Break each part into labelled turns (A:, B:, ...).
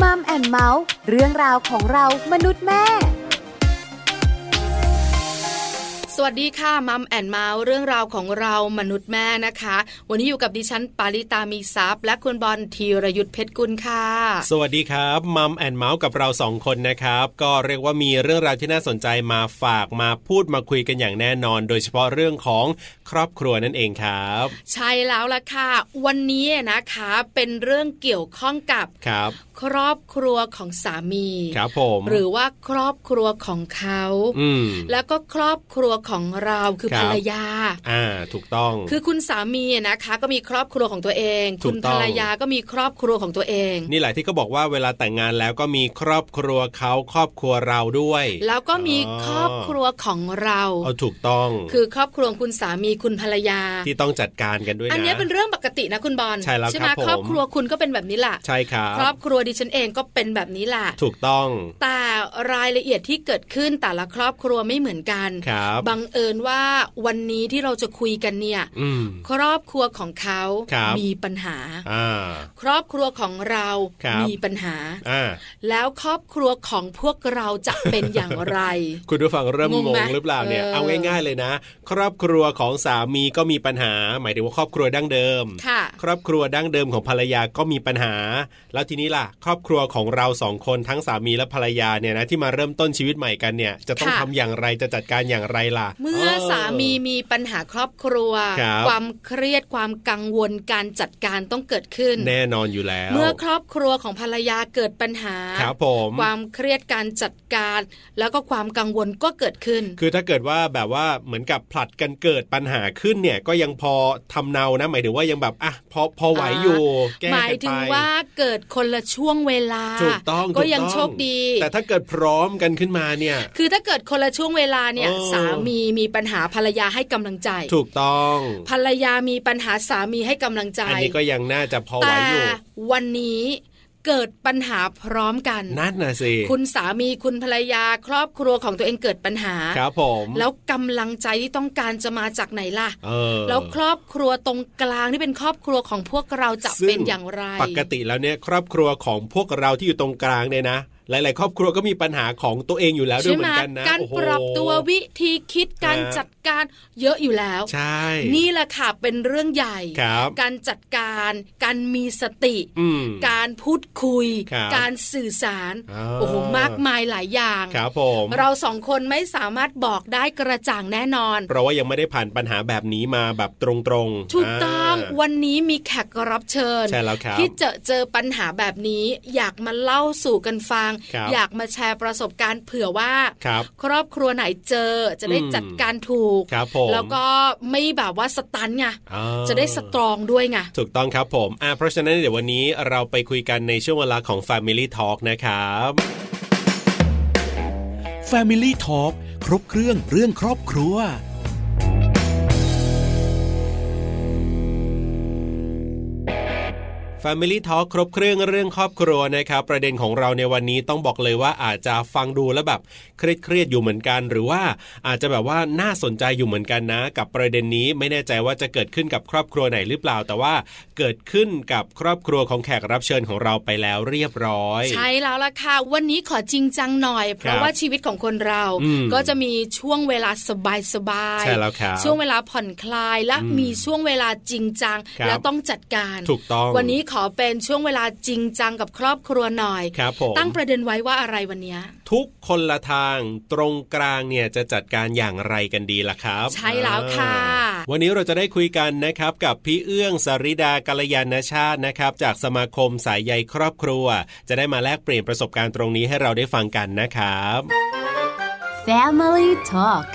A: มัมแอนเมาส์เรื่องราวของเรามนุษย์แม่
B: สวัสดีค่ะมัมแอนเมาส์เรื่องราวของเรามนุษย์แม่นะคะ วันนี้อยู่กับดิฉันปาริตามีซัพย์และคุณบอลธีรยุทธเพชรกุลค่ะ
C: สวัสดีครับมัมแอนเมาส์กับเราสองคนนะครับ ก็เรียกว่ามีเรื่องราวที่น่าสนใจมาฝากมาพูดมาคุยกันอย่างแน่นอน โดยเฉพาะเรื่องของครอบครัวนั่นเองครับ
B: ใช่แล้วล่ะค่ะ วันนี้นะคะเป็นเรื่องเกี่ยวข้องกับ
C: ครับ
B: ครอบครัวของสามี
C: ครับผม
B: หรือว่าครอบครัวของเขา
C: อืม
B: แล้วก็ครอบครัวของเราคือ
C: ค
B: ภ
C: รั
B: รร
C: บ
B: ยา
C: อ่าถูกต้อง
B: คือคุณสามีนะคะ ก็มีครอบครัวของตัวเอง
C: ถูกต้อง
B: คุณภรรยาก็มีครอบครัวของตัวเอง
C: นี่แหละที่เขาบอกว่าเวลาแต่งงานแล้วก็มีครอบครัวเขาครอบครัวเราด้วย
B: แล้วก็มีครอบครัวของเรา
C: เอาถูกต้อง
B: คือครอบครัวคุณสามีคุณภรรยา
C: ที่ต้องจัดการกันด้วยนะ
B: อันเนี้ยเป็นเรื่องปกตินะคุณบอล
C: ใช่แล้ว
B: ใช่ไหม
C: ครับผม
B: ครอบครัวคุณก็เป็นแบบนี้แหละ
C: ใช่ครับ
B: ครอบครัวดิฉันเองก็เป็นแบบนี้แหละ
C: ถูกต้อง
B: แต่รายละเอียดที่เกิดขึ้นแต่ละครอบครัวไม่เหมือนกัน
C: ครับ
B: งเอิญว่าวันนี้ที่เราจะคุยกันเนี่ย
C: อืม
B: ครอบครัวของเขา
C: ครับ
B: มีปัญหา
C: อ่า
B: ครอบครัวของเรา
C: ครับ
B: มีปัญหา
C: อ่า
B: แล้วครอบครัวของพวกเราจะเป็นอย่างไร
C: คุณผู้ฟังเริ่ม
B: งง
C: ง
B: ไหม
C: งหรือเปล่าเนี่ย
B: เออ
C: เอาง่ายๆเลยนะ ครอบครัวของสามีก็มีปัญหา หมายถึงว่าครอบครัวดั้งเดิม
B: ค่ะ
C: ครอบครัวดั้งเดิมของภรรยาก็มีปัญหา แล้วทีนี้ล่ะ ครอบครัวของเราสองคนทั้งสามีและภรรยาเนี่ยนะที่มาเริ่มต้นชีวิตใหม่กันเนี่ย จะต้อง
B: ค่ะ
C: ทำอย่างไรจะจัดการอย่างไรล่ะ
B: เมื่อสามีมีปัญหาครอบครัว
C: ครับ
B: ความเครียดความกังวลการจัดการต้องเกิดขึ้น
C: แน่นอนอยู่แล้ว
B: เมื่อครอบครัวของภรรยาเกิดปัญหา
C: ครับผม
B: ความเครียดการจัดการ แล้วก็ความกังวลก็เกิดขึ้น
C: คือถ้าเกิดว่าแบบว่าเหมือนกับผลัดกันเกิดปัญหาขึ้นเนี่ย ก็ยังพอทำเนานะ หมายถึงว่ายังแบบอ่ะพอพอไหวอยู่แก้
B: ห
C: กันไป
B: มายถึงว่าเกิดคนละช่วงเวลา
C: ถูกต้อง
B: ก็
C: ถู
B: ยัง
C: ต้อง
B: โชคดี
C: แต่ถ้าเกิดพร้อมกันขึ้นมาเนี่ย
B: คือถ้าเกิดคนละช่วงเวลาเนี่ย
C: เออ
B: สามีมีปัญหาภรรยาให้กำลังใจ
C: ถูกต้อง
B: ภรรยามีปัญหาสามีให้กำลังใจ
C: อันนี้ก็ยังน่าจะพอไหว
B: แต่
C: อยู่
B: วันนี้เกิดปัญหาพร้อมกัน
C: นั่นนะสิ
B: คุณสามีคุณภรรยาครอบครัวของตัวเองเกิดปัญหา
C: ครับผม
B: แล้วกำลังใจที่ต้องการจะมาจากไหนล่ะ
C: เออ
B: แล้วครอบครัวตรงกลางที่เป็นครอบครัวของพวกเราจะ
C: ซึ่
B: เป็นอย่างไร
C: ปกติแล้วเนี่ยครอบครัวของพวกเราที่อยู่ตรงกลางเนี่ยนะ หลาย ๆ ครอบครัวก็มีปัญหาของตัวเองอยู่แล้วด้ว
B: ใช่
C: ยเหมื
B: ไหม
C: อนกันนะ
B: การ
C: โอ้โห
B: ปรับตัววิธีคิดการ
C: ฮะ
B: จัดการเยอะอยู่แล้ว
C: ใช่
B: นี่แหละค่ะเป็นเรื่องใหญ่
C: ครับ
B: การจัดการการมีสติ
C: อืม
B: การพูดคุย
C: ครับ
B: การสื่อสาร
C: อ่า
B: โอ้โหมากมายหลายอย่าง
C: ครับผม
B: เราสองคนไม่สามารถบอกได้กระจ่างแน่นอน
C: เพราะว่ายังไม่ได้ผ่านปัญหาแบบนี้มาแบบตรงๆ
B: ถูกต้อง
C: า
B: วันนี้มีแขกรับเชิญ
C: ใช่แล้วครับ
B: ที่เจอเจอปัญหาแบบนี้ อยากมาเล่าสู่กันฟัง
C: ครับ
B: อยากมาแชร์ประสบการณ์เผื่อว่า
C: ครับ
B: ครอบครัวไหนเจอจะได้
C: อืม
B: จัดการถูก
C: ครับผม
B: แล้วก็ไม่แบบว่าสตันไง
C: อ่า
B: จะได้สตรองด้วยไง
C: ถูกต้องครับผมอ่าเพราะฉะนั้นเดี๋ยววันนี้เราไปคุยกันในช่วงเวลาของ Family Talk นะครับ
D: Family Talk ครบเครื่องเรื่องครอบครัว
C: Family Talk ครบเครื่องเรื่องครอบครัวนะครับ ประเด็นของเราในวันนี้ต้องบอกเลยว่าอาจจะฟังดูแล้วแบบเครียดๆอยู่เหมือนกัน หรือว่าอาจจะแบบว่าน่าสนใจอยู่เหมือนกันนะ กับประเด็นนี้ไม่แน่ใจว่าจะเกิดขึ้นกับครอบครัวไหนหรือเปล่า แต่ว่าเกิดขึ้นกับครอบครัวของแขกรับเชิญของเราไปแล้วเรียบร้อย
B: ใช่แล้วล่ะค่ะ วันนี้ขอจริงจังหน่อย เพราะว่าชีวิตของคนเรา
C: อืม
B: ก็จะมีช่วงเวลาสบายๆ
C: ใช่แล้วครับ
B: ช่วงเวลาผ่อนคลายและ
C: อืม
B: มีช่วงเวลาจริงจัง
C: ครับ
B: แล้วต้องจัดการ
C: ถูกต้อง
B: วันนี้ขอเป็นช่วงเวลาจริงจังกับครอบครัวหน่อย
C: ครับผม
B: ตั้งประเด็นไว้ว่าอะไรวันเนี้ย
C: ทุกคนละทางตรงกลางเนี่ยจะจัดการอย่างไรกันดีล่ะครับ
B: ใช่แล้วค่ะ
C: อ่าวันนี้เราจะได้คุยกันนะครับกับพี่เอื้องสริดากัลยาณชาตินะครับ จากสมาคมสายใยครอบครัว จะได้มาแลกเปลี่ยนประสบการณ์ตรงนี้ให้เราได้ฟังกันนะครับ
A: Family Talk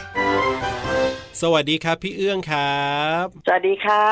C: สวัสดีครับพี่เอื้องครับ
E: สวัสดีค่ะ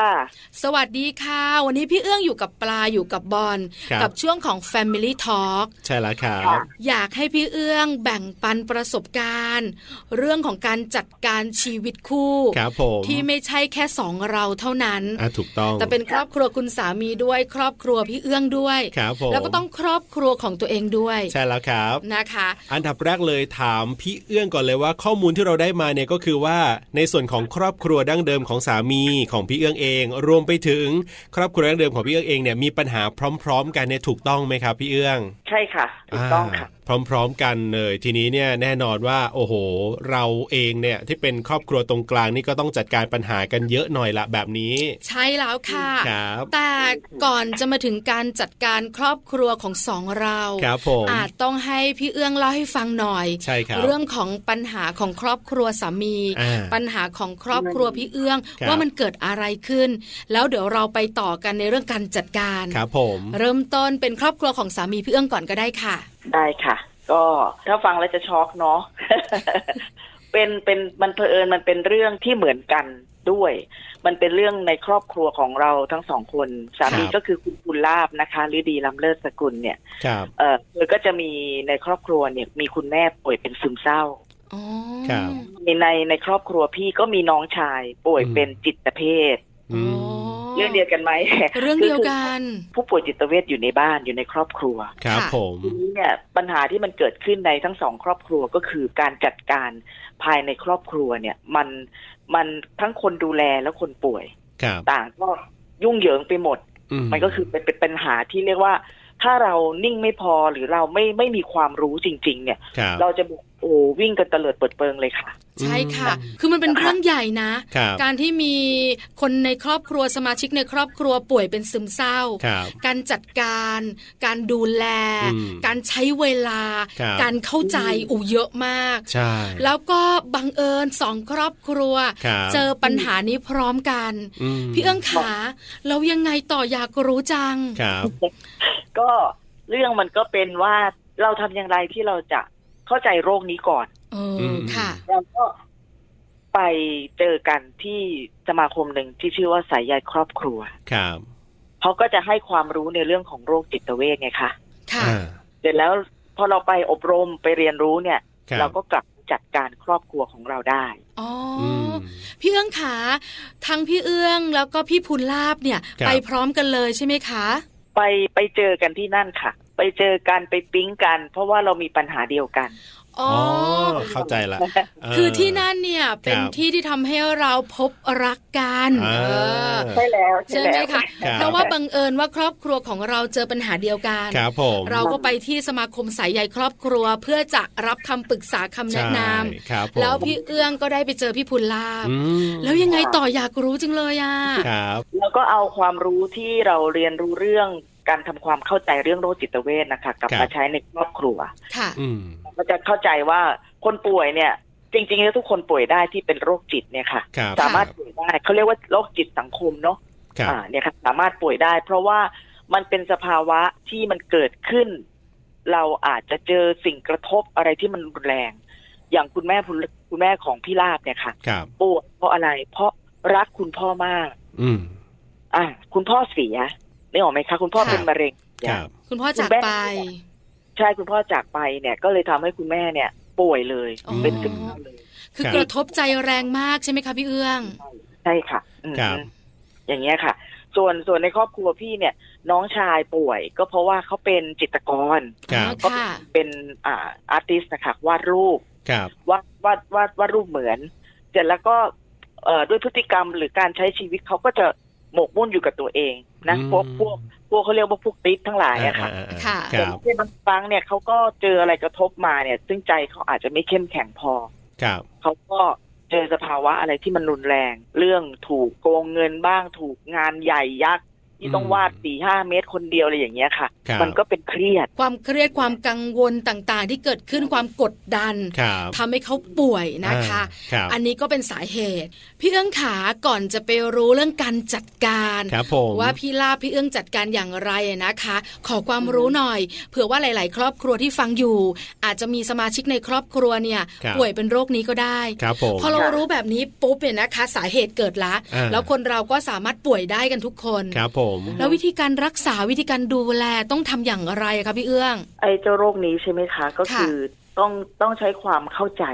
B: สวัสดีค่ะ วันนี้พี่เอื้องอยู่กับปลาอยู่กับบอล
C: ครับ
B: กัช่วงของ Family Talk
C: ใช่แล้วครับ
E: ค่ะ
B: อยากให้พี่เอื้องแบ่งปันประสบการณ์ เรื่องของการจัดการชีวิตคู่
C: ครับผม
B: ที่ไม่ใช่แค่สองเราเท่านั้น
C: อ่ะถูกต้อง
B: แต่เป็นครอบครัวคุณสามีด้วย ครอบครัวพี่เอื้องด้วย
C: ครับผม
B: แล้วก็ต้องครอบครัวของตัวเองด้วย
C: ใช่แล้วครับ
B: นะคะ
C: อันดับแรกเลยถามพี่เอื้องก่อนเลยว่าข้อมูลที่เราได้มาเนี่ยก็คือว่าในส่วน ส่วนของครอบครัวดั้งเดิมของสามีของพี่เอื้องเอง รวมไปถึง ครอบครัวดั้งเดิมของพี่เอื้องเองเนี่ยมีปัญหาพร้อม ๆ กันเนี่ยถูกต้องไหมครับพี่เอื้อง
E: ใช่ค่ะถูกต้องค่ะ
C: อ่าพร้อมๆกันเลยทีนี้เนี่ยแน่นอนว่าโอ้โห เราเองเนี่ยที่เป็นครอบครัวตรงกลางนี่ก็ต้องจัดการปัญหากันเยอะหน่อยละแบบนี้
B: ใช่แล้วค่ะ
C: ครับ
B: แต่ก่อนจะมาถึงการจัดการครอบครัวของสองเรา
C: ครับผม
B: อาจต้องให้พี่เอื้องเล่าให้ฟังหน่อย
C: ใช่ครับ
B: เรื่องของปัญหาของครอบครัวสามี
C: อ่า
B: ปัญหาของครอบครัวพี่เอื้อง
C: ครับ
B: ว่ามันเกิดอะไรขึ้น แล้วเดี๋ยวเราไปต่อกันในเรื่องการจัดการ
C: ครับผม
B: เริ่มต้นเป็นครอบครัวของสามีพี่เอื้องก่อนก็ได้ค่ะ
E: ได้ค่ะ ก็ถ้าฟังแล้วจะช็อก เนาะ เป็นเป็นมันเผอิญมันเป็นเรื่องที่เหมือนกันด้วย มันเป็นเรื่องในครอบครัวของเราทั้งสองคนสามีก็คือคุณปุลาบนะคะฤดีลำเลิศสกุลเนี่ย
C: ครับ
E: เออเธอก็จะมีในครอบครัวเนี่ยมีคุณแม่ป่วยเป็นซึมเศร้า
B: อ๋อ
C: ครับ
E: ในในในครอบครัวพี่ก็มีน้องชายป่วย
C: อืม
E: เป็นจิตเภท
C: อืม
E: เรื่องเดียวกันไหม
B: เรื่องเดียวกัน
E: ผู้ป่วยจิตเวชอยู่ในบ้านอยู่ในครอบครัว
C: ครับ
B: ค่ะ
C: ผม
E: ทีนี้เนี่ยปัญหาที่มันเกิดขึ้นในทั้งสองครอบครัวก็คือการจัดการภายในครอบครัวเนี่ยมันมันทั้งคนดูแลและคนป่วย
C: ครับ
E: ต่างก็ยุ่งเหยิงไปหมด
C: อื
E: มันก็คือเป็นเป็นปัญหาที่เรียกว่า ถ้าเรานิ่งไม่พอหรือเราไม่ไม่มีความรู้จริง ๆ เนี่ย
C: ครับ
E: เราจะบอกโอ้วิ่งกันเตลิดเปิดเปิงเลยค่ะ
B: ใช่ค่ะ คือมันเป็นเรื่องใหญ่นะ
C: ครับ
B: การที่มีคนในครอบครัวสมาชิกในครอบครัวป่วยเป็นซึมเศร้า
C: ครับ
B: การจัดการ การดูแล
C: อืม
B: การใช้เวลา
C: ครับ
B: การเข้าใจอูเยอะมาก
C: ใช่
B: แล้วก็บังเอิญสองครอบครัว
C: ครับ
B: เจอปัญหานี้พร้อมกัน
C: ม
B: พี่เอื้องขาแล้วยังไงต่ออยากรู้จัง
C: ครับ
E: ก็เรื่องมันก็เป็นว่าเราทำอย่างไรที่เราจะเข้าใจโรคนี้ก่อน
B: เอออค่ะ
E: เราก็ไปเจอกันที่สมาคมหนึ่งที่ชื่อว่าสายใยครอบครัว
C: ครับ
E: เขาก็จะให้ความรู้ในเรื่องของโรคจิตเวชไงคะ
B: ค่ะ
C: อ่า
E: เสร็จแล้วพอเราไปอบรมไปเรียนรู้เนี่ย
C: คบ
E: เราก็กลับจัดการครอบครัวของเราได้
B: อ๋ออ
C: ม
B: พี่เอื้องขา ทั้งพี่เอื้องแล้วก็พี่พูนลาบเนี่ย
C: ครับ
B: ไปพร้อมกันเลยใช่ไหมคะ
E: ไปไปเจอกันที่นั่นค่ะ ไปเจอกันไปปิ๊งกัน เพราะว่าเรามีปัญหาเดียวกัน
B: อ๋
C: อ๋
B: อ
C: อ
B: อ
C: เข้าใจละเ
B: คือที่นั่นเนี่ยเป็น
C: ครับ
B: ที่ที่ทำให้เราพบรักกัน
C: อ่า
B: เออ
E: ใช่แล้ว
B: ใช่ไหม
E: แล้ว
B: คะ
C: ครับ
B: เพราะว่าบังเอิญว่าครอบครัวของเราเจอปัญหาเดียวกัน
C: ครับผม
B: เราก็ไปที่สมาคมสายใยครอบครัว เพื่อจะรับคำปรึกษาคำแนะนำ
C: ใช่ครับผม
B: แล้วพี่เอื้องก็ได้ไปเจอพี่พุนลาบ
C: อืม
B: แล้วยังไงต่ออยากรู้จังเลยอ่ะ
C: ครับ
E: แล้วก็เอาความรู้ที่เราเรียนรู้เรื่องการทำความเข้าใจเรื่องโรคจิตเวชนะคะ กลับ
C: ครับ
E: มาใช้ในครอบครัว
B: ค่ะ
C: อืม
E: ก็จะเข้าใจว่าคนป่วยเนี่ย จริงๆแล้วทุกคนป่วยได้ที่เป็นโรคจิตเนี่ยค่ะ
C: ครับ
E: สามารถป่วยได้เขาเรียกว่าโรคจิตสังคมเนาะ
C: ครับ
E: อ่าเนี่ยค่ะสามารถป่วยได้ เพราะว่ามันเป็นสภาวะที่มันเกิดขึ้น เราอาจจะเจอสิ่งกระทบอะไรที่มันรุนแรง อย่างคุณแม่คุณคุณแม่ของพี่ลาบเนี่ยค่ะ
C: ครับ
E: ป่วยเพราะอะไร เพราะรักคุณพ่อมาก
C: อืม
E: อ่าคุณพ่อเสียนึกออกไหมคะ คุณพ่อ
B: ค่ะ
E: เป็นมะเร็ง
C: ครับ
B: คุณพ่อจากไป
E: ใช่คุณพ่อจากไปเนี่ย ก็เลยทำให้คุณแม่เนี่ย ป่วยเลย
B: อ๋อ
E: เป็นซึมเศร้าเลย
B: คือ
C: ครับ
B: กระทบใจแรงมากใช่ไหมคะพี่เอื้อง
E: ใช่ค่ะอืม
C: ครับ
E: อย่างเงี้ยค่ะ ส่วนส่วนในครอบครัวพี่เนี่ย น้องชายป่วย ก็เพราะว่าเขาเป็นจิตรกร
C: ครับ
E: ก็
B: ค่ะ
E: เป็นอ่าอาร์ติสนะคะวาดรูป
C: ครับ
E: วาดวาดวาดวาดรูปเหมือน เสร็จแล้วก็เอ่อด้วยพฤติกรรมหรือการใช้ชีวิตเขาก็จะหมกมุ่นอยู่กับตัวเองนะ
C: อืม
E: พวกพวกพวกเขาเรียกว่าพวกติสทั้งหลายอะค่ะ
C: อ่าอ่าอ่า
B: ค่ะ
C: ครับ
E: แต่บางครั้งเนี่ยเขาก็เจออะไรกระทบมาเนี่ย ซึ่งใจเขาอาจจะไม่เข้มแข็งพอ
C: ครับ
E: เขาก็เจอสภาวะอะไรที่มันรุนแรง เรื่องถูกโกงเงินบ้าง ถูกงานใหญ่ยักษ์ที่ต้อง
C: อืม
E: วาดสี่ห้าเมตรคนเดียวอะไรอย่างเงี้ยค่ะ
C: ครับ
E: มันก็เป็นเครียด
B: ความเครียดความกังวลต่างๆ ที่เกิดขึ้นความกดดัน
C: ครับ
B: ทำให้เขาป่วยนะคะ
C: อ่าครับ
B: อันนี้ก็เป็นสาเหตุ พี่เอื้องขาก่อนจะไปรู้เรื่องการจัดการ
C: ครับผม
B: ว่าพี่ลาบพี่เอื้องจัดการอย่างไรนะคะ ขอความรู้หน่อย เผื่อว่าหลาย ๆ ครอบครัวที่ฟังอยู่ อาจจะมีสมาชิกในครอบครัวเนี่ย
C: ครับ
B: ป่วยเป็นโรคนี้ก็ได้
C: ครับผม
B: พอเรา
E: ครับ
B: รู้แบบนี้ปุ๊บเนี่ยนะคะ สาเหตุเกิดละ
C: อ่า
B: แล้วคนเราก็สามารถป่วยได้กันทุกคน
C: ครับผม
B: แล้ววิธีการรักษาวิธีการดูแลต้องทำอย่างไรอะคะพี่เอื้อง
E: ไอ้เจ้าโรคนี้ใช่ไหมคะ ก็คือต้องต้องใช้ความเข้าใจ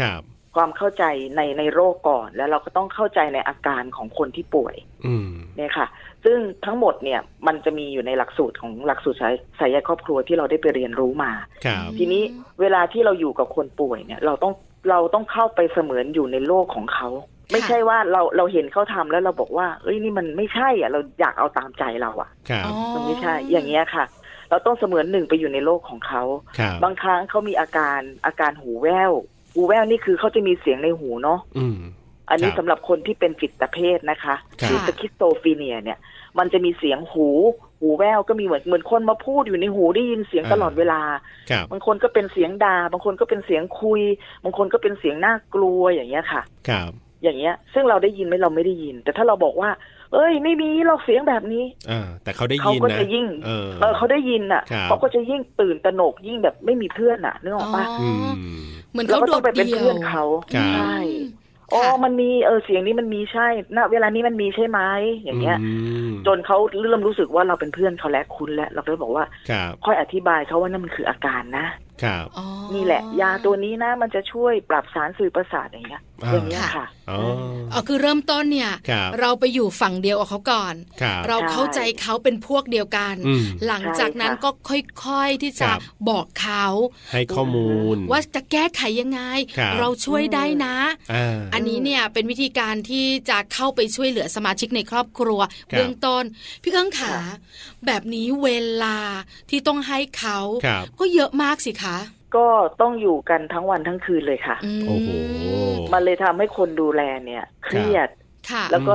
C: ครับ
E: ความเข้าใจในในโรคก่อน แล้วเราก็ต้องเข้าใจในอาการของคนที่ป่วย
C: อืม
E: เนี่ยค่ะ ซึ่งทั้งหมดเนี่ยมันจะมีอยู่ในหลักสูตรของหลักสูตรสายสายใยครอบครัวที่เราได้ไปเรียนรู้มา
C: ครับ
E: ทีนี้เวลาที่เราอยู่กับคนป่วยเนี่ย เราต้องเราต้องเข้าไปเสมือนอยู่ในโลกของเขา ไม่ใช่ว่าเราเราเห็นเขาทำแล้วเราบอกว่าเอ้ยนี่มันไม่ใช่อ่ะเราอยากเอาตามใจเราอ่ะ
C: ครับ
B: อ๋อ
E: มันไม่ใช่ อย่างเงี้ยค่ะ เราต้องเสมือนหนึ่งไปอยู่ในโลกของเขา
C: ครับ
E: บางครั้งเขามีอาการอาการหูแว่ว หูแว่วนี่คือเขาจะมีเสียงในหูเนาะ
C: อืม
E: อันนี้
C: ครับ
E: สำหรับคนที่เป็นจิตเภทนะคะ
C: ครับ
E: หรือสคิสโตฟีเนียเนี่ย มันจะมีเสียงหู หูแว่วก็มีเหมือนเหมือนคนมาพูดอยู่ในหูได้ยินเสียงตลอดเวลา
C: ครับ
E: บางคนก็เป็นเสียงดา่าบางคนก็เป็นเสียงคุย บางคนก็เป็นเสียงน่ากลัวอย่างเงี้ยค่ะ
C: ครับ
E: อย่างเงี้ย ซึ่งเราได้ยินไหมเราไม่ได้ยิน แต่ถ้าเราบอกว่า เอ้ย ไม่มีหรอกเสียงแบบนี้
C: อ่าแต่เขาได้
E: เขา
C: ยิน
E: ก็
C: นะ
E: จะยิ่ง
C: เออ
E: เออเขาได้ยินอ่ะ
C: ครับ
E: เขาก็จะยิ่งตื่นตระหนกยิ่งแบบไม่มีเพื่อนอ่ะนึกออกปะ
B: อ๋ออ
C: ม
B: เหมือน
E: เรา
B: เขา
E: ก็
B: โด
E: ต้อ
B: ด
E: งไปเป็น
B: เดี่ยว
E: เพื่อนเขา
C: ครับ
E: ใช่
B: อื
E: อ๋
B: ม
E: อ
B: ค่ะ
E: มันมีเออเสียงนี้มันมีใช่ณเวลานี้มันมีใช่ไหมอย่างเงี้ย
C: ม
E: จนเขาเริ่มรู้สึกว่าเราเป็นเพื่อนเขาและคุ้นแล้วเราก็เลยบอกว่า
C: ครับ
E: ค่อยอธิบายเขาว่านั่นมันคืออาการนะครับ
B: อ๋อ
E: นี่แหละ ยาตัวนี้นะมันจะช่วยปรับสารสื่อประสาทอย่างเงี้ย
C: า
E: อย่างเงี้ย
B: ค่ะ
E: ค่ะ
C: อ๋อ
B: อ๋อคือเริ่มต้นเนี่ย
C: ครับ
B: เราไปอยู่ฝั่งเดียวกับเขาก่อน
C: ครับ
B: เราเข้าใจเขาเป็นพวกเดียวกัน
C: อืม
B: หลังจากนั้น
E: ใช่ค่ะ
B: ก็ค่อยๆที่จะ
C: ครับ
B: บอกเขา
C: ให้ข้อมูล
B: ว่าจะแก้ไขยังไง
C: ครับ
B: เราช่วยได้นะ
C: อ่า
B: อันนี้เนี่ยเป็นวิธีการที่จะเข้าไปช่วยเหลือสมาชิกในครอบครัว
C: ครับ
B: เบื้องต้น พี่เอื้องขา
E: ค่ะ
B: แบบนี้เวลาที่ต้องให้เขา
C: ครับ
B: ก็เยอะมากสิคะ
E: ก็ต้องอยู่กันทั้งวันทั้งคืนเลยค่ะ
B: ม
C: โอ้โห
E: มันเลยทำให้คนดูแลเนี่ยเครียด
B: ค่ะ
E: แล้วก็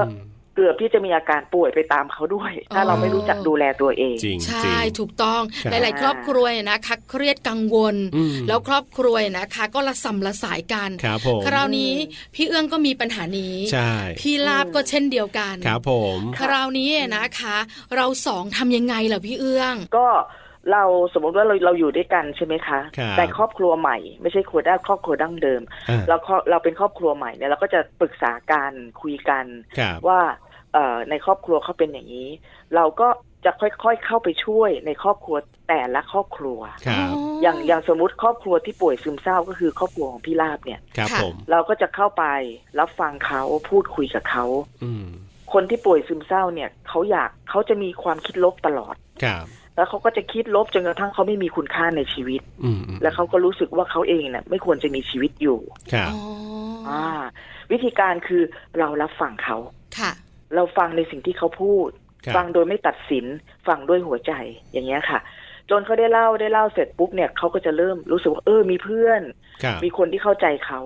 E: เกือบที่จะมีอาการป่วยไปตามเขาด้วย ถ้าเราไม่รู้จักดูแลตัวเอง
C: จริง
B: ใช่
C: จริง
B: ถูกต้อง
C: ครับ
B: หลาย ๆ ครอบครัวเนี่ยนะคะเครียดกังวล
C: อืม
B: แล้วครอบครัวเนี่ยนะคะ ก็ละสัมละสายกัน
C: ครับผม
B: คราวนี้พี่เอื้องก็มีปัญหานี้
C: ใช่
B: พี่ลาบก็เช่นเดียวกัน
C: ครับผม
B: คราวนี้นะคะ เราสองทำยังไงล่ะพี่เอื้อง
E: ก็เราสมมติว่าเราเราอยู่ด้วยกันใช่ไหมคะ
C: ครับ
E: แต่ครอบครัวใหม่ไม่ใช่ครัวด้านครอบครัวดั้งเดิม
C: อ่า
E: เราครอบเราเป็นครอบครัวใหม่เนี่ยเราก็จะปรึกษากันคุยกัน
C: ครับ
E: ว่าเอ่อในครอบครัวเขาเป็นอย่างนี้ เราก็จะค่อยๆเข้าไปช่วยในครอบครัวแต่ละครอบครัว
C: ครับ
E: อย่างอย่างสมมติครอบครัวที่ป่วยซึมเศร้าก็คือครอบครัวของพี่ลาบเนี่ย
C: ครับ
B: ค่ะ
C: ผม
E: เราก็จะเข้าไปรับฟังเขาพูดคุยกับเขา
C: อืม
E: คนที่ป่วยซึมเศร้าเนี่ยเขาอยากเขาจะมีความคิดลบตลอด
C: ครับ
E: แล้วเขาก็จะคิดลบจนกระทั่งเขาไม่มีคุณค่าในชีวิต
C: อืมอืม
E: แล้วเขาก็รู้สึกว่าเขาเองเนี่ยไม่ควรจะมีชีวิตอยู่
C: ครับ
B: อ๋ออ
E: อ่าวิธีการคือเรารับฟังเขา
B: ค่ะ
E: เราฟังในสิ่งที่เขาพูด
C: ครับ
E: ฟังโดยไม่ตัดสิน ฟังด้วยหัวใจอย่างเงี้ยค่ะ จนเขาได้เล่าได้เล่าเสร็จปุ๊บเนี่ยเขาก็จะเริ่มรู้สึกว่าเออมีเพื่อน
C: ครับ
E: มีคนที่เข้าใจเขา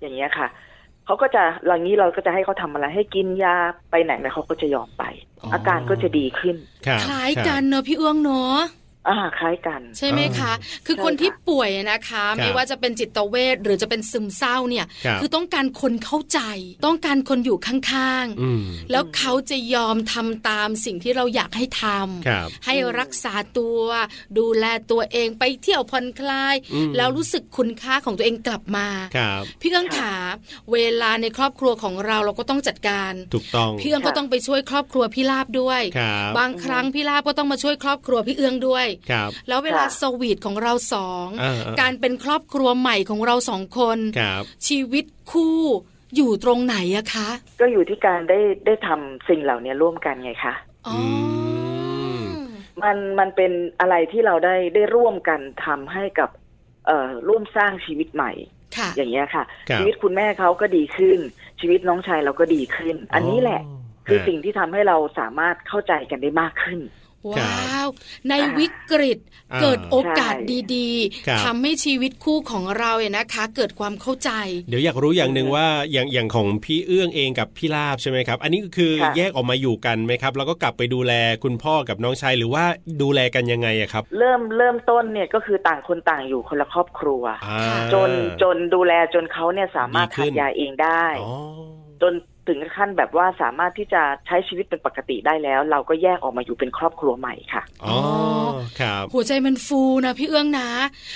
E: อย่างเงี้ยค่ะเขาก็จะหลังนี้เราก็จะให้เขาทำอะไรให้กินยาไปไหนนะเขาก็จะยอมไป อาการก็จะดีขึ้น
C: ครับ
B: คล้าย
C: ครับ
B: กันเนอะพี่เอื้องเนอะ
E: อ่าคล้ายกัน
B: ใช่ไหมคะ คือคนที่ป่วยนะคะ
C: ครับ
B: ไม่ว่าจะเป็นจิตเวชหรือจะเป็นซึมเศร้าเนี่ย
C: ครับ
B: อต้องการคนเข้าใจ ต้องการคนอยู่ข้าง
C: อืม
B: ๆ แล้วเขาจะยอมทำตามสิ่งที่เราอยากให้ทำ
C: ครับ
B: ให้รักษาตัว ดูแลตัวเองไปเที่ยวผ่อนคลาย
C: อืม
B: แล้วรู้สึกคุณค่าของตัวเองกลับมา
C: ครับ
B: พี่เอื้องขา เวลาในครอบครัวของเราเราก็ต้องจัดการ
C: ถูกต้อง
B: พี่เอื้องก็ต้องไปช่วยครอบครัวพี่ลาบด้วย
C: ครับ
B: บางครั้งพี่ลาบก็ต้องมาช่วยครอบครัวพี่เอื้องด้วย
C: ครับ
B: แล้วเวลา
E: ค่ะ
B: สวีทของเราสอง
C: อ่ๆ
B: การเป็นครอบครัวใหม่ของเราสองคน
C: ครับ
B: ชีวิตคู่อยู่ตรงไหนอะคะ
E: ก็อยู่ที่การได้ได้ทำสิ่งเหล่านี้ร่วมกันไงคะ
B: อ๋อ
C: ม
E: มันมันเป็นอะไรที่เราได้ได้ร่วมกันทำให้กับเอ่อร่วมสร้างชีวิตใหม่
B: ค่ะ
E: อย่างเงี้ยค่ะ
C: ครับ
E: ชีวิตคุณแม่เขาก็ดีขึ้น ชีวิตน้องชายเราก็ดีขึ้น อันนี้แหละคือสิ่งที่ทำให้เราสามารถเข้าใจกันได้มากขึ้น
B: ว้าว ในวิกฤต
C: อ่า
B: เกิดโอกาส
E: ใช่
B: ดี
C: ครับ
B: ๆทำให้ชีวิตคู่ของเราเนี่ยนะคะ เกิดความเข้าใจ
C: เดี๋ยวอยากรู้อย่างหนึ่งว่าอย่างอย่างของพี่เอื้องเองกับพี่ลาบใช่ไหมครับ อันนี้ก็คือ
E: ค่ะ
C: แยกออกมาอยู่กันไหมครับ แล้วก็กลับไปดูแลคุณพ่อกับน้องชายหรือว่าดูแลกันยังไงอะครับ
E: เริ่มเริ่มต้นเนี่ยก็คือต่างคนต่างอยู่คนละครอบครัว
C: อ่า
E: จนจนดูแลจนเขาเนี่ยสามารถ
C: ดีขึ้
E: ทาน นยาเองได้
C: อ๋อ
E: จนถึงขั้นแบบว่าสามารถที่จะใช้ชีวิตเป็นปกติได้แล้ว เราก็แยกออกมาอยู่เป็นครอบครัวใหม่ค่ะ
C: อ๋อครับ
B: หัวใจมันฟูนะพี่เอื้องนะ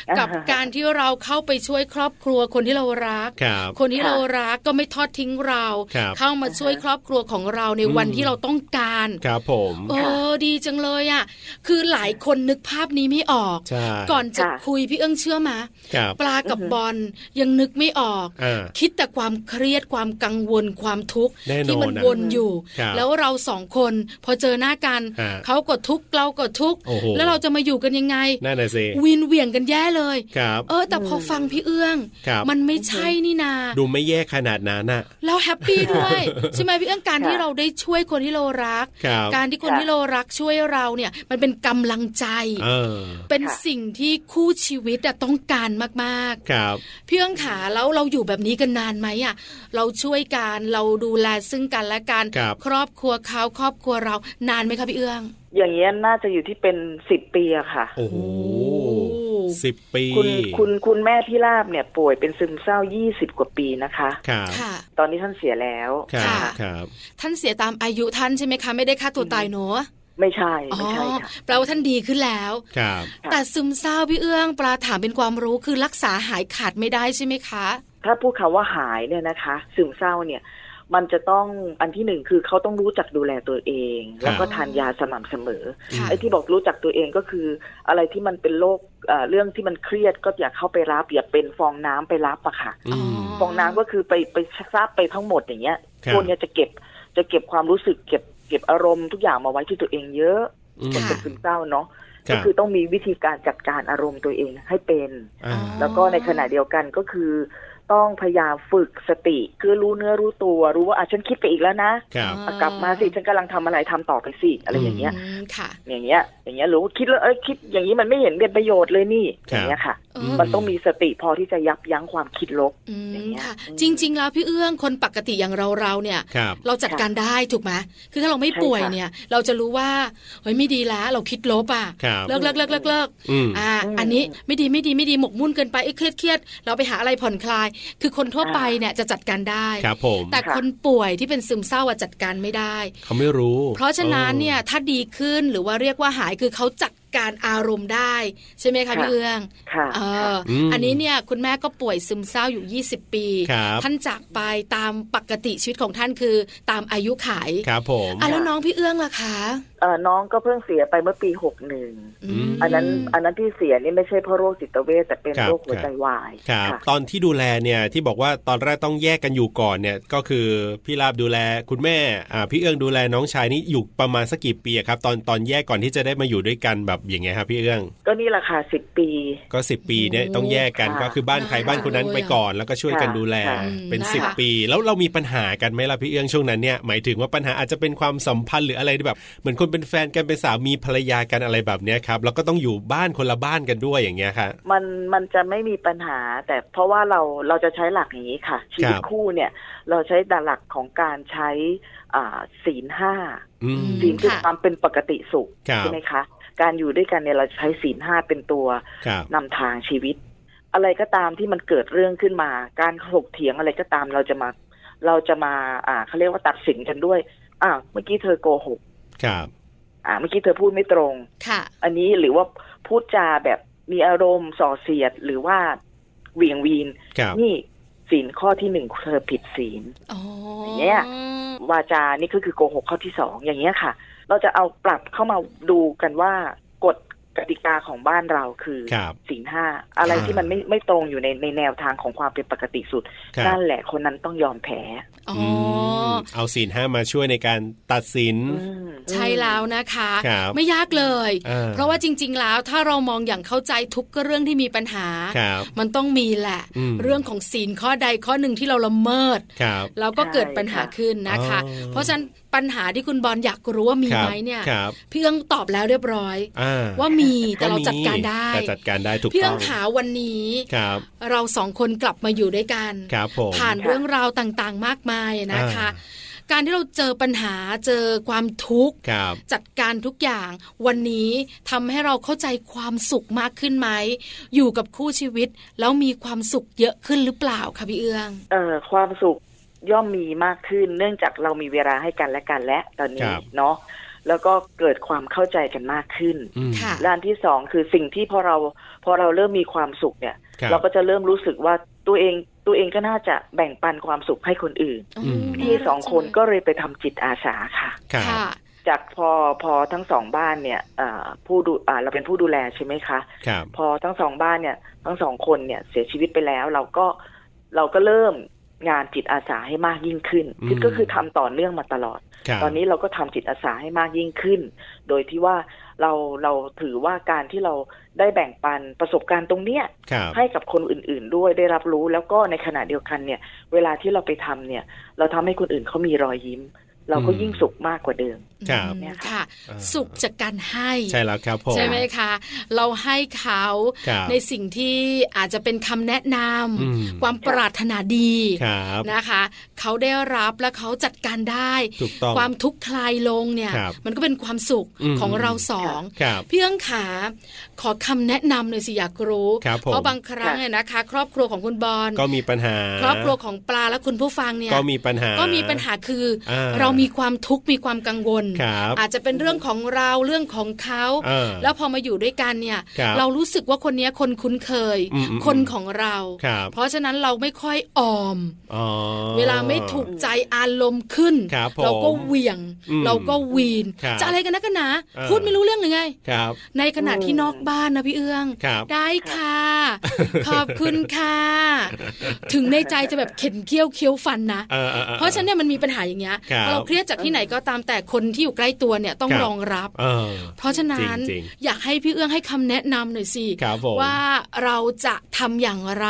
E: อ่ากั
B: กับการที่เราเข้าไปช่วยครอบครัวคนที่เรารัก
C: ครับ
B: คนที่เรารักก็ไม่ทอดทิ้งเรา
C: ครับ
B: เข้ามาช่วยครอบครัวของเราในวัน
C: อืม
B: ที่เราต้องการ
C: ครับผม
B: เออดีจังเลยอ่ะ คือหลายคนนึกภาพนี้ไม่ออก
C: ใช่
B: ก่อนจะ
E: ค่ะ
B: คุยพี่เอื้องเชื่อมา
C: ครับ
B: ปลากับบอลยังนึกไม่ออก
C: อ่า
B: คิดแต่ความเครียดความกังวลความทุ ทุกข์
C: แน่นอน
B: ที่มัน
C: นะ
B: วนอยู่
C: ครับ
B: แล้วเราสองคนพอเจอหน้ากัน
C: ฮะ
B: เขากดทุกข์เรากดทุกข์
C: โอ้โห
B: แล้วเราจะมาอยู่กันยังไง
C: นั่นน่ะสิ
B: วินเหวี่ยงกันแย่เลย
C: ครับ
B: เออ แต่พอฟังพี่เอื้อง
C: ครับ
B: มันไม่ใช่นี่นา
C: ดูไม่แย่ขนาดนั้นน่ะ
B: เราแฮปปี้ด้วย ใช่ไหมพี่เอื้องการ
E: ค่ะ
B: ที่เราได้ช่วยคนที่เรารัก
C: ครับ
B: การที่คน
E: ค่ะ
B: ที่เรารักช่วยเราเนี่ยมันเป็นกำลังใจ
C: เออ
B: เป็นสิ่งที่คู่ชีวิตอะต้องการมาก
C: ครับ
B: ๆ พี่เอื้องขาแล้วเราอยู่แบบนี้กันนานไหมอะเราช่วยกันเราดูแลซึ่งกันและกัน
C: ครับ
B: ครอบครัวเขาครอบครัวเรานานไหมคะพี่เอื้อง
E: อย่างเงี้ยน่าจะอยู่ที่เป็นสิบปีอะค่ะ
C: โอ้โห
B: โอ้
C: สิบปี
E: คุณคุณคุณแม่พี่ลาบเนี่ยป่วยเป็นซึมเศร้ายี่สิบกว่าปีนะคะ
C: ครับ
B: ค่ะ
E: ตอนนี้ท่านเสียแล้ว
C: ครับ
B: ค่ะ
C: ครับ
B: ท่านเสียตามอายุท่านใช่ไหมคะไม่ได้ฆ่าตัวตายเนอะ
E: ไม่ใช่
B: อ๋อ
E: ไม่ใช่ค่ะ
B: แปลว่าท่านดีขึ้นแล้ว
C: ครับ
E: ค่ะ
B: แต่ซึมเศร้าพี่เอื้องปลาถามเป็นความรู้คือรักษาหายขาดไม่ได้ใช่ไหมคะ
E: ถ้าพูดคำว่าหายเนี่ยนะคะ ซึมเศร้าเนี่ย มันจะต้องอันที่หนึ่งคือเขาต้องรู้จักดูแลตัวเอง แล้วก็ทานยาสม่ำเสมอ
B: ค่ะ
E: ไอ้ที่บอกรู้จักตัวเองก็คือ อะไรที่มันเป็นโรคเอ่อเรื่องที่มันเครียดก็อย่าเข้าไปรับ อย่าเป็นฟองน้ำไปรับอะค่ะ
C: อืม
E: ฟองน้ำก็คือไปไปชักซับไปทั้งหมดอย่างเงี้ย
C: ครับ
E: คนเนี่ยจะเก็บจะเก็บความรู้สึกเก็บเก็บอารมณ์ทุกอย่างมาไว้ที่ตัวเองเยอะ
C: อืม
B: ค่ะ
E: เป็นซึมเศร้าเนาะ
C: ค
E: ก็
C: รับ
E: คือต้องมีวิธีการจัดการอารมณ์ตัวเองให้เป็น
C: อ่า
E: แล้วก็ในขณะเดียวกันก็คือ ต้องพยายามฝึกสติ คือรู้เนื้อรู้ตัวรู้ว่าอ่ะฉันคิดไปอีกแล้วนะครับ อ่ะกลับมาสิฉันกำลังทำอะไรทำต่อไปสิอะไรอย่างเงี้ย
B: อืมค่ะ
E: อย่างเงี้ย อย่างเงี้ยหรือว่าคิดแล้วเอ้ยคิดอย่างนี้มันไม่เห็นเป็นประโยชน์เลยนี่
C: ค
E: อ
C: รับ
E: ย่างเงี้ยค่ะ
B: เอ
C: อื
B: อ
E: มันต้องมีสติพอที่จะยับยั้งความคิดลบ
B: อื
E: อย่าง
B: ม
E: เงี้ย
B: ค่ะ
E: อืม
B: จริง ๆ แล้วพี่เอื้องคนปกติอย่างเราเราๆเนี่ย
C: ครับ
B: เราจัดการได้ถูกไหมคือถ้าเราไม่
E: ใช่ค่ะ
B: ป่วยเนี่ย เราจะรู้ว่าเฮ้ยไม่ดีละเราคิดลบอ่ะ
C: ครับ
B: เลิกเลิกเลิกเลิกเลิก
C: อืม
B: อ่า อันนี้ไม่ดีไม่ดีไม่ดีหมกมุ่นเกินไปเอ้ยเครียดเครียดเราไปหาอะไรผ่อนคลาย คือคนทั่วไปเนี่ยจะจัดการได้
C: ครับผม
B: แต่คนป่วยที่เป็นซึมเศร้าอะจัดการไม่ได้
C: เขาไม่รู้
B: เพราะฉะนั้นเนี่ยถ้าดีขึ้นหรือว่าเรียกว่าหายคือเขาจัดการอารมณ์ได้ ใช่ไหมคะ
E: ค่ะ
B: พี่เอื้อง
E: ค่ะ
B: เอออ
C: ม
B: อันนี้เนี่ยคุณแม่ก็ป่วยซึมเศร้าอยู่ 20 ปี
C: ครับ
B: ท่านจากไปตามปกติชีวิตของท่านคือ ตามอายุขาย
C: ครับผม
B: อ่ะแล้วน้องพี่เอื้องล่ะคะ
E: เอ่อน้องก็เพิ่งเสียไปเมื่อปีหกหนึ่ง
B: ม
E: อันนั้นอันนั้นที่เสียนี่ไม่ใช่เพราะโรคจิตเวชแต่เป็น
C: ครับ
E: โรคหัวใจวาย
C: ครับ
E: ค่ะ
C: ตอนที่ดูแลเนี่ยที่บอกว่าตอนแรกต้องแยกกันอยู่ก่อนเนี่ยก็คือพี่ลาบดูแลคุณแม่อ่าพี่เอื้องดูแลน้องชายนี่อยู่ประมาณสักกี่ปีอะครับตอนตอนแยกก่อนที่จะได้มาอยู่ด้วยกันแบบอย่างเงี้ยครับพี่เอื้อง
E: ก็นี่แหละค่ะสิบปี
C: ก็สิบปีเนี่ยต้องแยกกัน
E: ค่ะ
C: ก็คือบ้านใครบ้านคนนั้นไปก่อน แล้วก็ช่วยกัน
E: ค่ะ
C: ดูแล
E: ค่ะ
C: เป็น
B: อืม
C: สิบ
B: นะคะ
C: ปี แล้วเรามีปัญหากันไหมล่ะพี่เอื้องช่วงนั้นเนี่ยหมายถึงว่าปัญหาอาจจะเป็นความสัมพันธ์หรืออะไรที่แบบเหมือนคนเป็นแฟนกันเป็นสามีภรรยากันอะไรแบบเนี้ยครับแล้วก็ต้องอยู่บ้านคนละบ้านกันด้วยอย่างเงี้ยครับ
E: มันมันจะไม่มีปัญหา แต่เพราะว่าเราเราจะใช้หลักอย่างนี้ค่ะ ชีวิต
C: ครับ
E: คู่เนี่ย เราใช้หลักของการใช้อ่าศีลห้า
C: อืม
E: ศีลคือ
B: ค่ะ
E: ความเป็นปกติสุข
C: ครับ
E: ใช่ไหมคะ การอยู่ด้วยกันเนี่ยเราใช้ศีลห้าเป็นตัว
C: ครับ
E: นำทางชีวิต อะไรก็ตามที่มันเกิดเรื่องขึ้นมา การถกเถียงอะไรก็ตามเราจะมา เราจะมา อ่าเขาเรียกว่าตัดสินกันด้วยอ่าเมื่อกี้เธอโกหก
C: ครับ
E: อ่าเมื่อกี้เธอพูดไม่ตรง
B: ค่ะ
E: อันนี้หรือว่าพูดจาแบบมีอารมณ์ส่อเสียดหรือว่าเหวียงวีน
C: ครับ
E: นี่ศีลข้อที่หนึ่งเธอผิดศีล
B: อ๋อ
E: เนี่ย วาจานี่ก็คือโกหกข้อที่สองอย่างเงี้ยค่ะ เราจะเอาปรับเข้ามาดูกันว่ากฎกติกาของบ้านเราคือ
C: ครับ
E: ศีลห้าอะไร
C: อ่า
E: ที่มันไม่ไม่ตรงอยู่ในในแนวทางของความเป็นปกติสุด
C: ครับ
E: นั่นแหละคนนั้นต้องยอมแพ้
B: อ๋อ
C: อื
B: อ
C: มเอาศีลห้ามาช่วยในการตัดสิน
B: ใช่แล้วนะคะ
C: ครับ
B: ไม่ยากเลย
C: อ่
B: เพราะว่าจริง ๆ แล้วถ้าเรามองอย่างเข้าใจทุกเรื่องที่มีปัญหา
C: ครับ
B: มันต้องมีแหละ
C: อืม
B: เรื่องของศีลข้อใดข้อหนึ่งที่เราละเมิด
C: ครับ
B: แล้วก็เกิดปัญหาขึ้นนะคะ
C: อ๋อ
B: เพราะฉะนั้นปัญหาที่คุณบอลอยากรู้ว่ามี
C: ครับ
B: ไหมเนี่ย
C: ครับ
B: พี่เอิงตอบแล้วเรียบร้อย
C: อ่า
B: ว่ามีแต่
C: ก็
B: เรา
C: มี
B: จัดการได้
C: แต่จัดการได้ถูก
B: พี่
C: ต้
B: เอิ
C: อง ง
B: หาวันนี้
C: ครับ
B: เราสองคนกลับมาอยู่ด้วยกัน
C: ครับผม
B: ผ่านเรื่องราวต่างๆ มากมายนะคะ การที่เราเจอปัญหาเจอความทุกข์
C: อ่าครับ
B: จัดการทุกอย่างวันนี้ทำให้เราเข้าใจความสุขมากขึ้นไหม อยู่กับคู่ชีวิต แล้วมีความสุขเยอะขึ้นหรือเปล่าคะพี่เอื้อง
E: เอ่อความสุขย่อมมีมากขึ้น เนื่องจากเรามีเวลาให้กันและกันและตอน
C: ค
E: นี้
C: รับ
E: เนาะแล้วก็เกิดความเข้าใจกันมากขึ้น
C: อืม
B: ค่ะ
E: และอันที่สองคือสิ่งที่พอเราพอเราเริ่มมีความสุขเนี่ย
C: ครับ
E: เราก็จะเริ่มรู้สึกว่าตัวเองตัวเองก็น่าจะแบ่งปันความสุขให้คนอื่น
C: อืม
B: โอ้ารั
E: พี่สองคน
B: จั
E: ก็เลยไปทำจิตอาสาค่ะ
C: ครับ
B: ค่ะ
E: จากพอพอทั้งสองบ้านเนี่ยเอ่อผู้ดูอ่าเราเป็นผู้ดูแลใช่ไหมคะ
C: ครับ
E: พอทั้งสองบ้านเนี่ย ทั้งสองคนเนี่ยเสียชีวิตไปแล้ว เราก็เราก็เริ่ม งานจิตอาสาให้มากยิ่งขึ้น
C: อืม
E: ก็คือทำต่อเนื่องมาตลอด
C: ครับ
E: ตอนนี้เราก็ทำจิตอาสาให้มากยิ่งขึ้น โดยที่ว่าเราเราถือว่าการที่เราได้แบ่งปันประสบการณ์ตรงเนี้ย
C: ครับ
E: ให้กับคนอื่นๆด้วยได้รับรู้แล้วก็ในขณะเดียวกันเนี่ย เวลาที่เราไปทำเนี่ย เราทำให้คนอื่นเขามีรอยยิ้ม เราก็ยิ่งสุขมากกว่าเดิม
C: ครับ
B: อืมค่ะ
C: อ่า
B: สุขจากการให้
C: ใช่แล้วครับผม
B: ใช่ไหมคะ เราให้เขา
C: ครับ
B: ในสิ่งที่อาจจะเป็นคำแนะนำ
C: อืม
B: ความปรารถนาดี
C: ครับ
B: นะคะ เขาได้รับและเขาจัดการได้
C: ถูกต้อง
B: ความทุกข์คลายลงเนี่ย
C: ครับ
B: มันก็เป็นความสุข
C: อืม
B: ของเราสอง
C: ครับ
B: พี่เอิงขาขอคำแนะนำหน่อยสิอยากรู้
C: ครับผม
B: เพราะบางครั้งเนี่ยนะคะ ครอบครัวของคุณบอล
C: ก็มีปัญหา
B: ครอบครัวของปลาและคุณผู้ฟังเนี่ย
C: ก็มีปัญหา
B: ก็มีปัญหาคืออา เรามีความทุกข์มีความกังวล
C: ครับ
B: อาจจะเป็นเรื่องของเราเรื่องของเขา
C: เออ
B: แล้วพอมาอยู่ด้วยกันเนี่ย
C: ครับ
B: เรารู้สึกว่าคนเนี้ยคนคุ้นเคย
C: อืมอืม
B: คนของเรา
C: ครับ
B: เพราะฉะนั้นเราไม่ค่อยออม
C: อ๋อ
B: เวลาไม่ถูกใจอารมณ์ขึ้น
C: ครับผม
B: เราก็เหวี่ยง
C: อืม
B: เราก็วีน
C: ครับ
B: จะอะไรกันนะกันนะ
C: เออ
B: พูดไม่รู้เรื่องหรือไง
C: ครับ
B: ในขณะ
E: อืม
B: ที่นอกบ้านนะพี่เอื้อง
C: ครับ
B: ได้ค่ะ ขอบคุณค่ะ ถึงในใจจะแบบเข็นเคี้ยวเคี้ยวฟันนะ
C: เออออออ
B: เพราะฉะนั้นเนี่ยมันมีปัญหาอย่างเงี้ย
C: ครับ
B: พอเราเครียดจากที่ไหนก็ตามแต่คนที่อยู่ใกล้ตัวเนี่ยต้อง
C: ครับ
B: รองรับ
C: เออ
B: เพราะฉะนั้น
C: จริง
B: อยากให้พี่เอื้องให้คำแนะนำหน่อยสิ
C: ครับผม
B: ว่าเราจะทำอย่างไร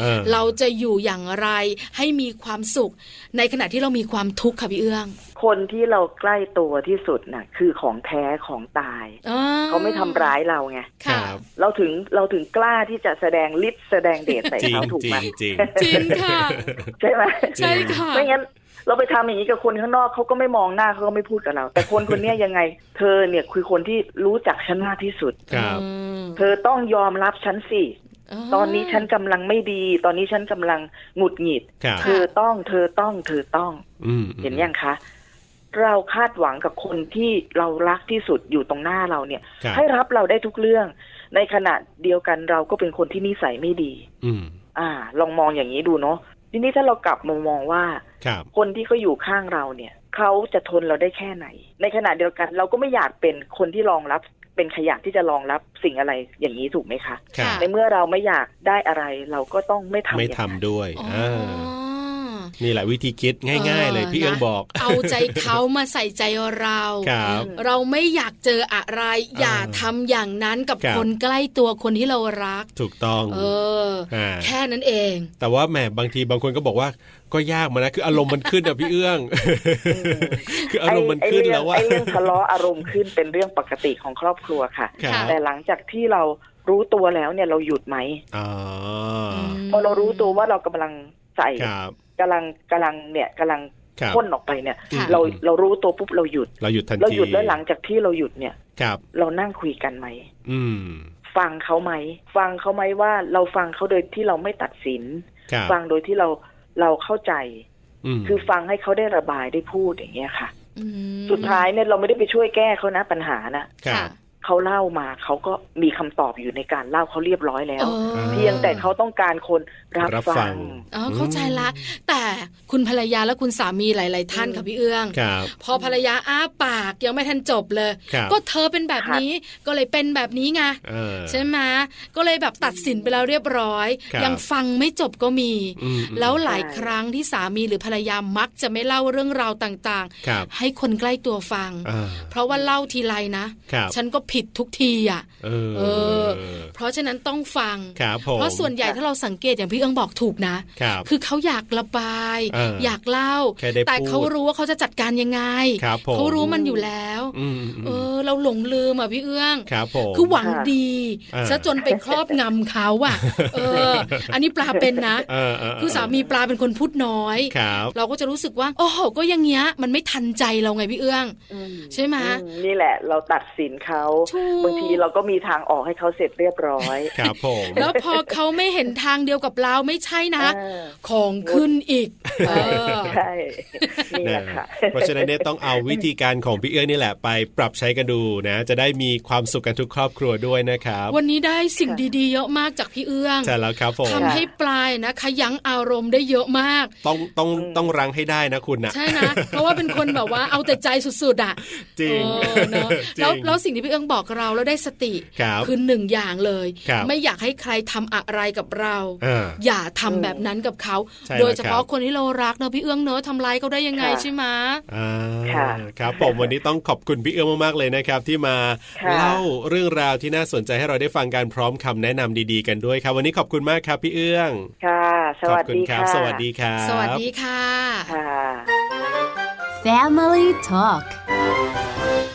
C: ออ
B: เราจะอยู่อย่างไรให้มีความสุข ในขณะที่เรามีความทุกข์ค่ะพี่เอื้อง
E: คนที่เราใกล้ตัวที่สุดน่ะคือของแท้ของตาย
B: อ่
E: เขาไม่ทำร้ายเราไง
C: ค
B: ค่ะ
C: รับ
E: เราถึงเราถึงกล้าที่จะแสดงฤทธิ์แสดงเดชใส่
C: จริง
E: เขาถูก
C: จริ
E: ไหม
C: งจริง
B: จริงค่ะ
E: ใช่ไหม
B: ใช่ค่ะ
E: ไม่งั้นเราไปทำอย่างนี้กับคนข้างนอกเขาก็ไม่มองหน้าเขาก็ไม่พูดกับเรา แต่คนคนเนี้ยยังไง เธอเนี่ยคือคนที่รู้จักฉันมากที่สุด
C: ครับ
B: อืม
E: เธอต้องยอมรับฉันสิ ตอนนี้ฉันกำลังไม่ดี ตอนนี้ฉันกำลังหงุดหงิด
C: ครับ
E: เธอต้อง เธอต้อง เธอต้อง
C: อืม
E: เห็นยังคะ เราคาดหวังกับคนที่เรารักที่สุดอยู่ตรงหน้าเราเนี่ย
C: ครับ
E: ให้รับเราได้ทุกเรื่อง ในขณะเดียวกันเราก็เป็นคนที่นิสัยไม่ดี
C: อืม
E: อ่า ลองมองอย่างนี้ดูเนาะ ทีนี้ถ้าเรากลับมามองว่า
C: ครับ
E: คนที่เขาอยู่ข้างเราเนี่ย เขาจะทนเราได้แค่ไหน ในขณะเดียวกัน เราก็ไม่อยากเป็นคนที่รองรับ เป็นขยะที่จะรองรับสิ่งอะไรอย่างนี้ถูกไหมคะ
C: ครับ
E: ในเมื่อเราไม่อยากได้อะไร เราก็ต้องไม่ทำ
C: ไม่
E: อย่าง
C: ทำ
E: นั้น
C: ด้วย
B: อ๋อ
C: อ่านี่แหละวิธีคิดง่าย ๆ เลยพี่เอิง
B: นะ
C: บอก
B: เอาใจเขามาใส่ใจเรา
C: ครับ
B: เราไม่อยากเจออะไร อย่าทำอย่างนั้นกับ
C: ครับ
B: คนใกล้ตัวคนที่เรารัก
C: ถูกต้อง
B: เออ
C: อ่า
B: แค่นั้นเอง
C: แต่ว่าแหมบางทีบางคนก็บอกว่าก็ยากมานะคืออารมณ์มันขึ้นอะพี่เอื้อง คืออารมณ์มัน
E: ไ
C: ขึ้นแล้วว่า
E: ไอ้เรื่องทะเลาะอารมณ์ขึ้นเป็นเรื่องปกติของครอบครัวค่ะ
C: ครับ
E: แต่หลังจากที่เรารู้ตัวแล้วเนี่ยเราหยุดไหม
C: อ๋อ
E: พอเรารู้ตัวว่าเรากำลังใส่
C: ครับ
E: กำลังกำลังเนี่ยกำลัง
C: ครับ
E: พ่นออกไปเนี่ย
B: ค่ะ
E: เราเรารู้ตัวปุ๊บเราหยุด
C: เราหยุดทันที
E: เราหยุดแล้วหลังจากที่เราหยุดเนี่ย
C: ครับ
E: เรานั่งคุยกันไหม
C: อืม
E: ฟังเขาไหม ฟังเขาไหมว่าเราฟังเขาโดยที่เราไม่ตัดสิน
C: ครับ
E: ฟังโดยที่เราเราเข้าใจ
C: ม
E: คือฟังให้เขาได้ระบายได้พูดอย่างเงี้ยค่ะ
B: อืม
E: สุดท้ายเนี่ยเราไม่ได้ไปช่วยแก้เขานะปัญหานะ
C: รั
B: ค่ะ
C: บ
E: เขาเล่ามาเขาก็มีคำตอบอยู่ในการเล่าเขาเรียบร้อยแล้ว
B: ออ
E: เพียงแต่เขาต้องการคนรับ
C: รับฟั
E: ฟั
C: ง
E: ง
B: อ๋อเข้าใจละ แต่คุณภรรยาและคุณสามีหลาย ๆ ท่านค่ะพี่เอื้อง
C: ครับ
B: พอภรรยาอ้าปากยังไม่ทันจบเลย
C: ครับ
B: ก็เธอเป็นแบบนี้ก็เลยเป็นแบบนี้ไง
C: เออ
B: ใช่ไหมก็เลยแบบตัดสินไปแล้วเรียบร้อย
C: ครับ
B: ยังฟังไม่จบก็มี
C: อืม
B: แล้วหลายครั้งที่สามีหรือภรรยามักจะไม่เล่าเรื่องราวต่าง
C: ครับ
B: ๆ ให้คนใกล้ตัวฟัง
C: อ่า
B: เพราะว่าเล่าทีไรนะ
C: ครับ
B: ฉันก็ผิดทุกทีอ่ะ
C: เออ
B: เออ เพราะฉะนั้นต้องฟัง
C: ครับผม
B: เพราะส่วนใหญ่ถ้าเราสังเกตอย่างพี่เอิงบอกถูกนะ
C: ครับ
B: คือเขาอยากระบาย
C: เออ
B: อ
C: อย
B: ากเล่า
C: แค่ได้
B: แต่
C: พูด
B: เขารู้ว่าเขาจะจัดการยังไง
C: ครับผม
B: เขารู้มันอยู่แล้ว
C: อืมอืม
B: เอ
C: อืม
B: อ เราหลงลืมอ่ะพี่เอื้อง
C: ครับผม
B: คือหวังดี
C: อ่า
B: ซะจนไปครอบงำเขาอ่ะ เออ อันนี้ปลาเป็นนะ
C: เออเเ
B: คือสามีปลาเป็นคนพูดน้อย
C: ครับ
B: เราก็จะรู้สึกว่า โอ้โหก็อยังเงี้ย มันไม่ทันใจเราไงพี่เอื้อง ใช่ไหม
E: อืนี่แหละ เราตัดสินเขา
B: ถูก
E: บางทีเราก็มีทางออกให้เขาเสร็จเรียบร้อย
C: ครับผม
B: แล้วพอเขาไม่เห็นทางเดียวกับเราไม่ใช่นะ
E: เออ
B: ของขึ้นอีก เออ
E: ใช่นี่แหละค่ะ
C: เพราะฉะนั้นเนี่ยต้องเอาวิธีการของพี่เอื้องนี่แหละไปปรับใช้กันดูนะ จะได้มีความสุขกันทุกครอบครัวด้วยนะครับ
B: วันนี้ได้สิ่งดีๆ เยอะมากจากพี่เอื้อง
C: ใช่แล้วครับผม
B: ทำให้ปลายนะคะยั้งอารมณ์ได้เยอะมาก
C: ต้องต้องต้องรังให้ได้นะคุณนะ
B: ใช่นะ เพราะว่าเป็นคนแบบว่าเอาแต่ใจสุดๆอ่ะ
C: จริง
B: เออเนอะ
C: จริง
B: แล้วแล้วสิ่งที่พี่เอื้องบอกเราแล้วได้สติ
C: ครับ
B: อหนึ่งอย่างเลย
C: ครับ
B: ไม่อยากให้ใครทำอะไรกับเรา
C: อ่า
B: อย่าทำแบบนั้นกับเขา
C: ใช่แล้ว
B: โดยเฉพาะ
C: ครับ
B: คนที่เรารักเนอะพี่เอื้องเนอะทำร้ายเขาได้ยังไง
E: ค่ะ
B: ใช่ไหม
C: อ่า
E: ค่ะ
C: ครับผมวันนี้ต้องขอบคุณพี่เอื้อมมากๆเลยนะครับ ที่มา
E: ค่ะ
C: เล่าเรื่องราวที่น่าสนใจให้เราได้ฟังการพร้อมคำแนะนำดีๆกันด้วยครับ วันนี้ขอบคุณมากครับพี่เอื้อง
E: ค่ะ ส
C: ขอบ
E: วัส
C: คุณ
E: ดี
C: ครั
E: ค่ะ
C: สวัสดีครับ
B: สวัสดีค่ะ
E: ค่ะ
A: Family Talk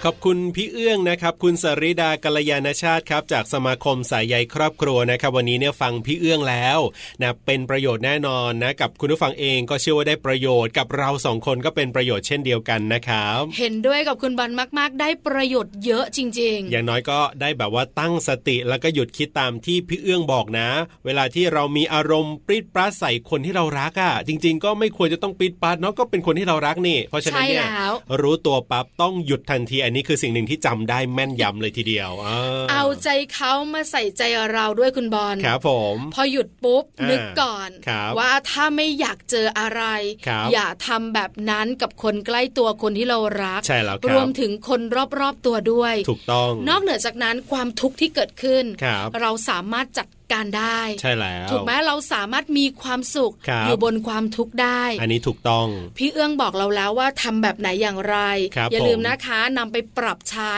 C: ขอบคุณพี่เอื้องนะครับ คุณสริดากัลยาณชาติครับ จากสมาคมสายใยครอบครัวนะครับ วันนี้เนี่ยฟังพี่เอื้องแล้วนะเป็นประโยชน์แน่นอนนะกับคุณผู้ฟังเองก็เชื่อว่าได้ประโยชน์กับเราสองคนก็เป็นประโยชน์เช่นเดียวกันนะครับ
B: เห็นด้วยกับคุณบอลมาก ๆ ได้ประโยชน์เยอะจริง
C: อย่างน้อยก็ได้แบบว่าตั้งสติแล้วก็หยุดคิดตามที่พี่เอื้องบอกนะ เวลาที่เรามีอารมณ์ปรีดปราดใส่คนที่เรารักอะ่ะ จริง ๆ ก็ไม่ควรจะต้องปรีดปราดเนาะก็เป็นคนที่เรารักนี่ เพราะฉะนั้นเนี่
B: ใช่
C: ย
B: แล้ว
C: รู้ตัวปั๊บต้องหยุดทันที อันนี้คือสิ่งหนึ่งที่จำได้แม่นยำเลยทีเดียวอ่
B: ๆ เอาใจเขามาใส่ใจเราด้วยคุณบอล
C: ครับผม
B: พอหยุดปุ๊บ
C: อ่า
B: นึ
C: นึ
B: กก่อน
C: ครับ
B: ว่าถ้าไม่อยากเจออะไร
C: ครับ
B: อย่าทำแบบนั้นกับคนใกล้ตัวคนที่เรารัก
C: ใช่แล้วค
B: ร
C: รั
B: ว
C: บ
B: มถึงคนรอบๆตัวด้วย
C: ถูกต้อง
B: นอกเหนือจากนั้นความทุกข์ที่เกิดขึ้น
C: ครับ
B: เราสามารถจัดการได้
C: ใช่แล้ว
B: ถูกไหมเราสามารถมีความสุข
C: ครับ
B: อยู่บนความทุกข์ได้
C: อันนี้ถูกต้อง
B: พี่เอื้องบอกเราแล้วว่าทำแบบไหนอย่างไร
C: ครับ
B: อย่าลืม
C: ผม
B: นะคะนำไปปรับใช้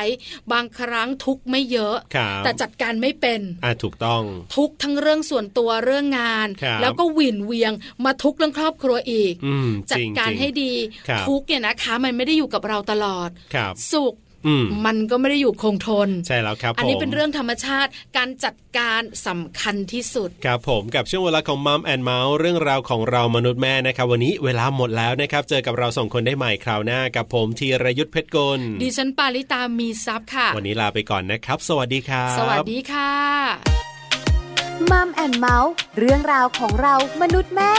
B: บางครั้งทุกข์ไม่เยอะ
C: ครับ
B: แต่จัดการไม่เป็น
C: อ่ะถูกต้อง
B: ทุกข์ทั้งเรื่องส่วนตัวเรื่องงาน
C: ครับ
B: แล้วก็หวินเวียง มาทุกข์เรื่องครอบครัวอีก
C: อืม
B: จั
C: จ
B: ด
C: ง
B: การ
C: จง
B: ให้ดี
C: ครับ
B: ทุกข์เนี่ยนะคะ มันไม่ได้อยู่กับเราตลอด
C: ครับ
B: สุข
C: อืม
B: มันก็ไม่ได้อยู่คงทน
C: ใช่แล้วครับ
B: อันนี้
C: ผม
B: เป็นเรื่องธรรมชาติการจัดการสำคัญที่สุด
C: ครับผมกับช่วงเวลาของมัมแอนเมาส์เรื่องราวของเรามนุษย์แม่นะครับ วันนี้เวลาหมดแล้วนะครับ เจอกับเราสองคนได้ใหม่คราวหน้ากับผมธีรยุทธเพชรกล
B: ดิฉันปาริตามีซับค่ะ
C: วันนี้ลาไปก่อนนะครับ สวัสดีครับ
B: สวัสดีค่ะ
A: มัมแอนเมาส์เรื่องราวของเรามนุษย์แม่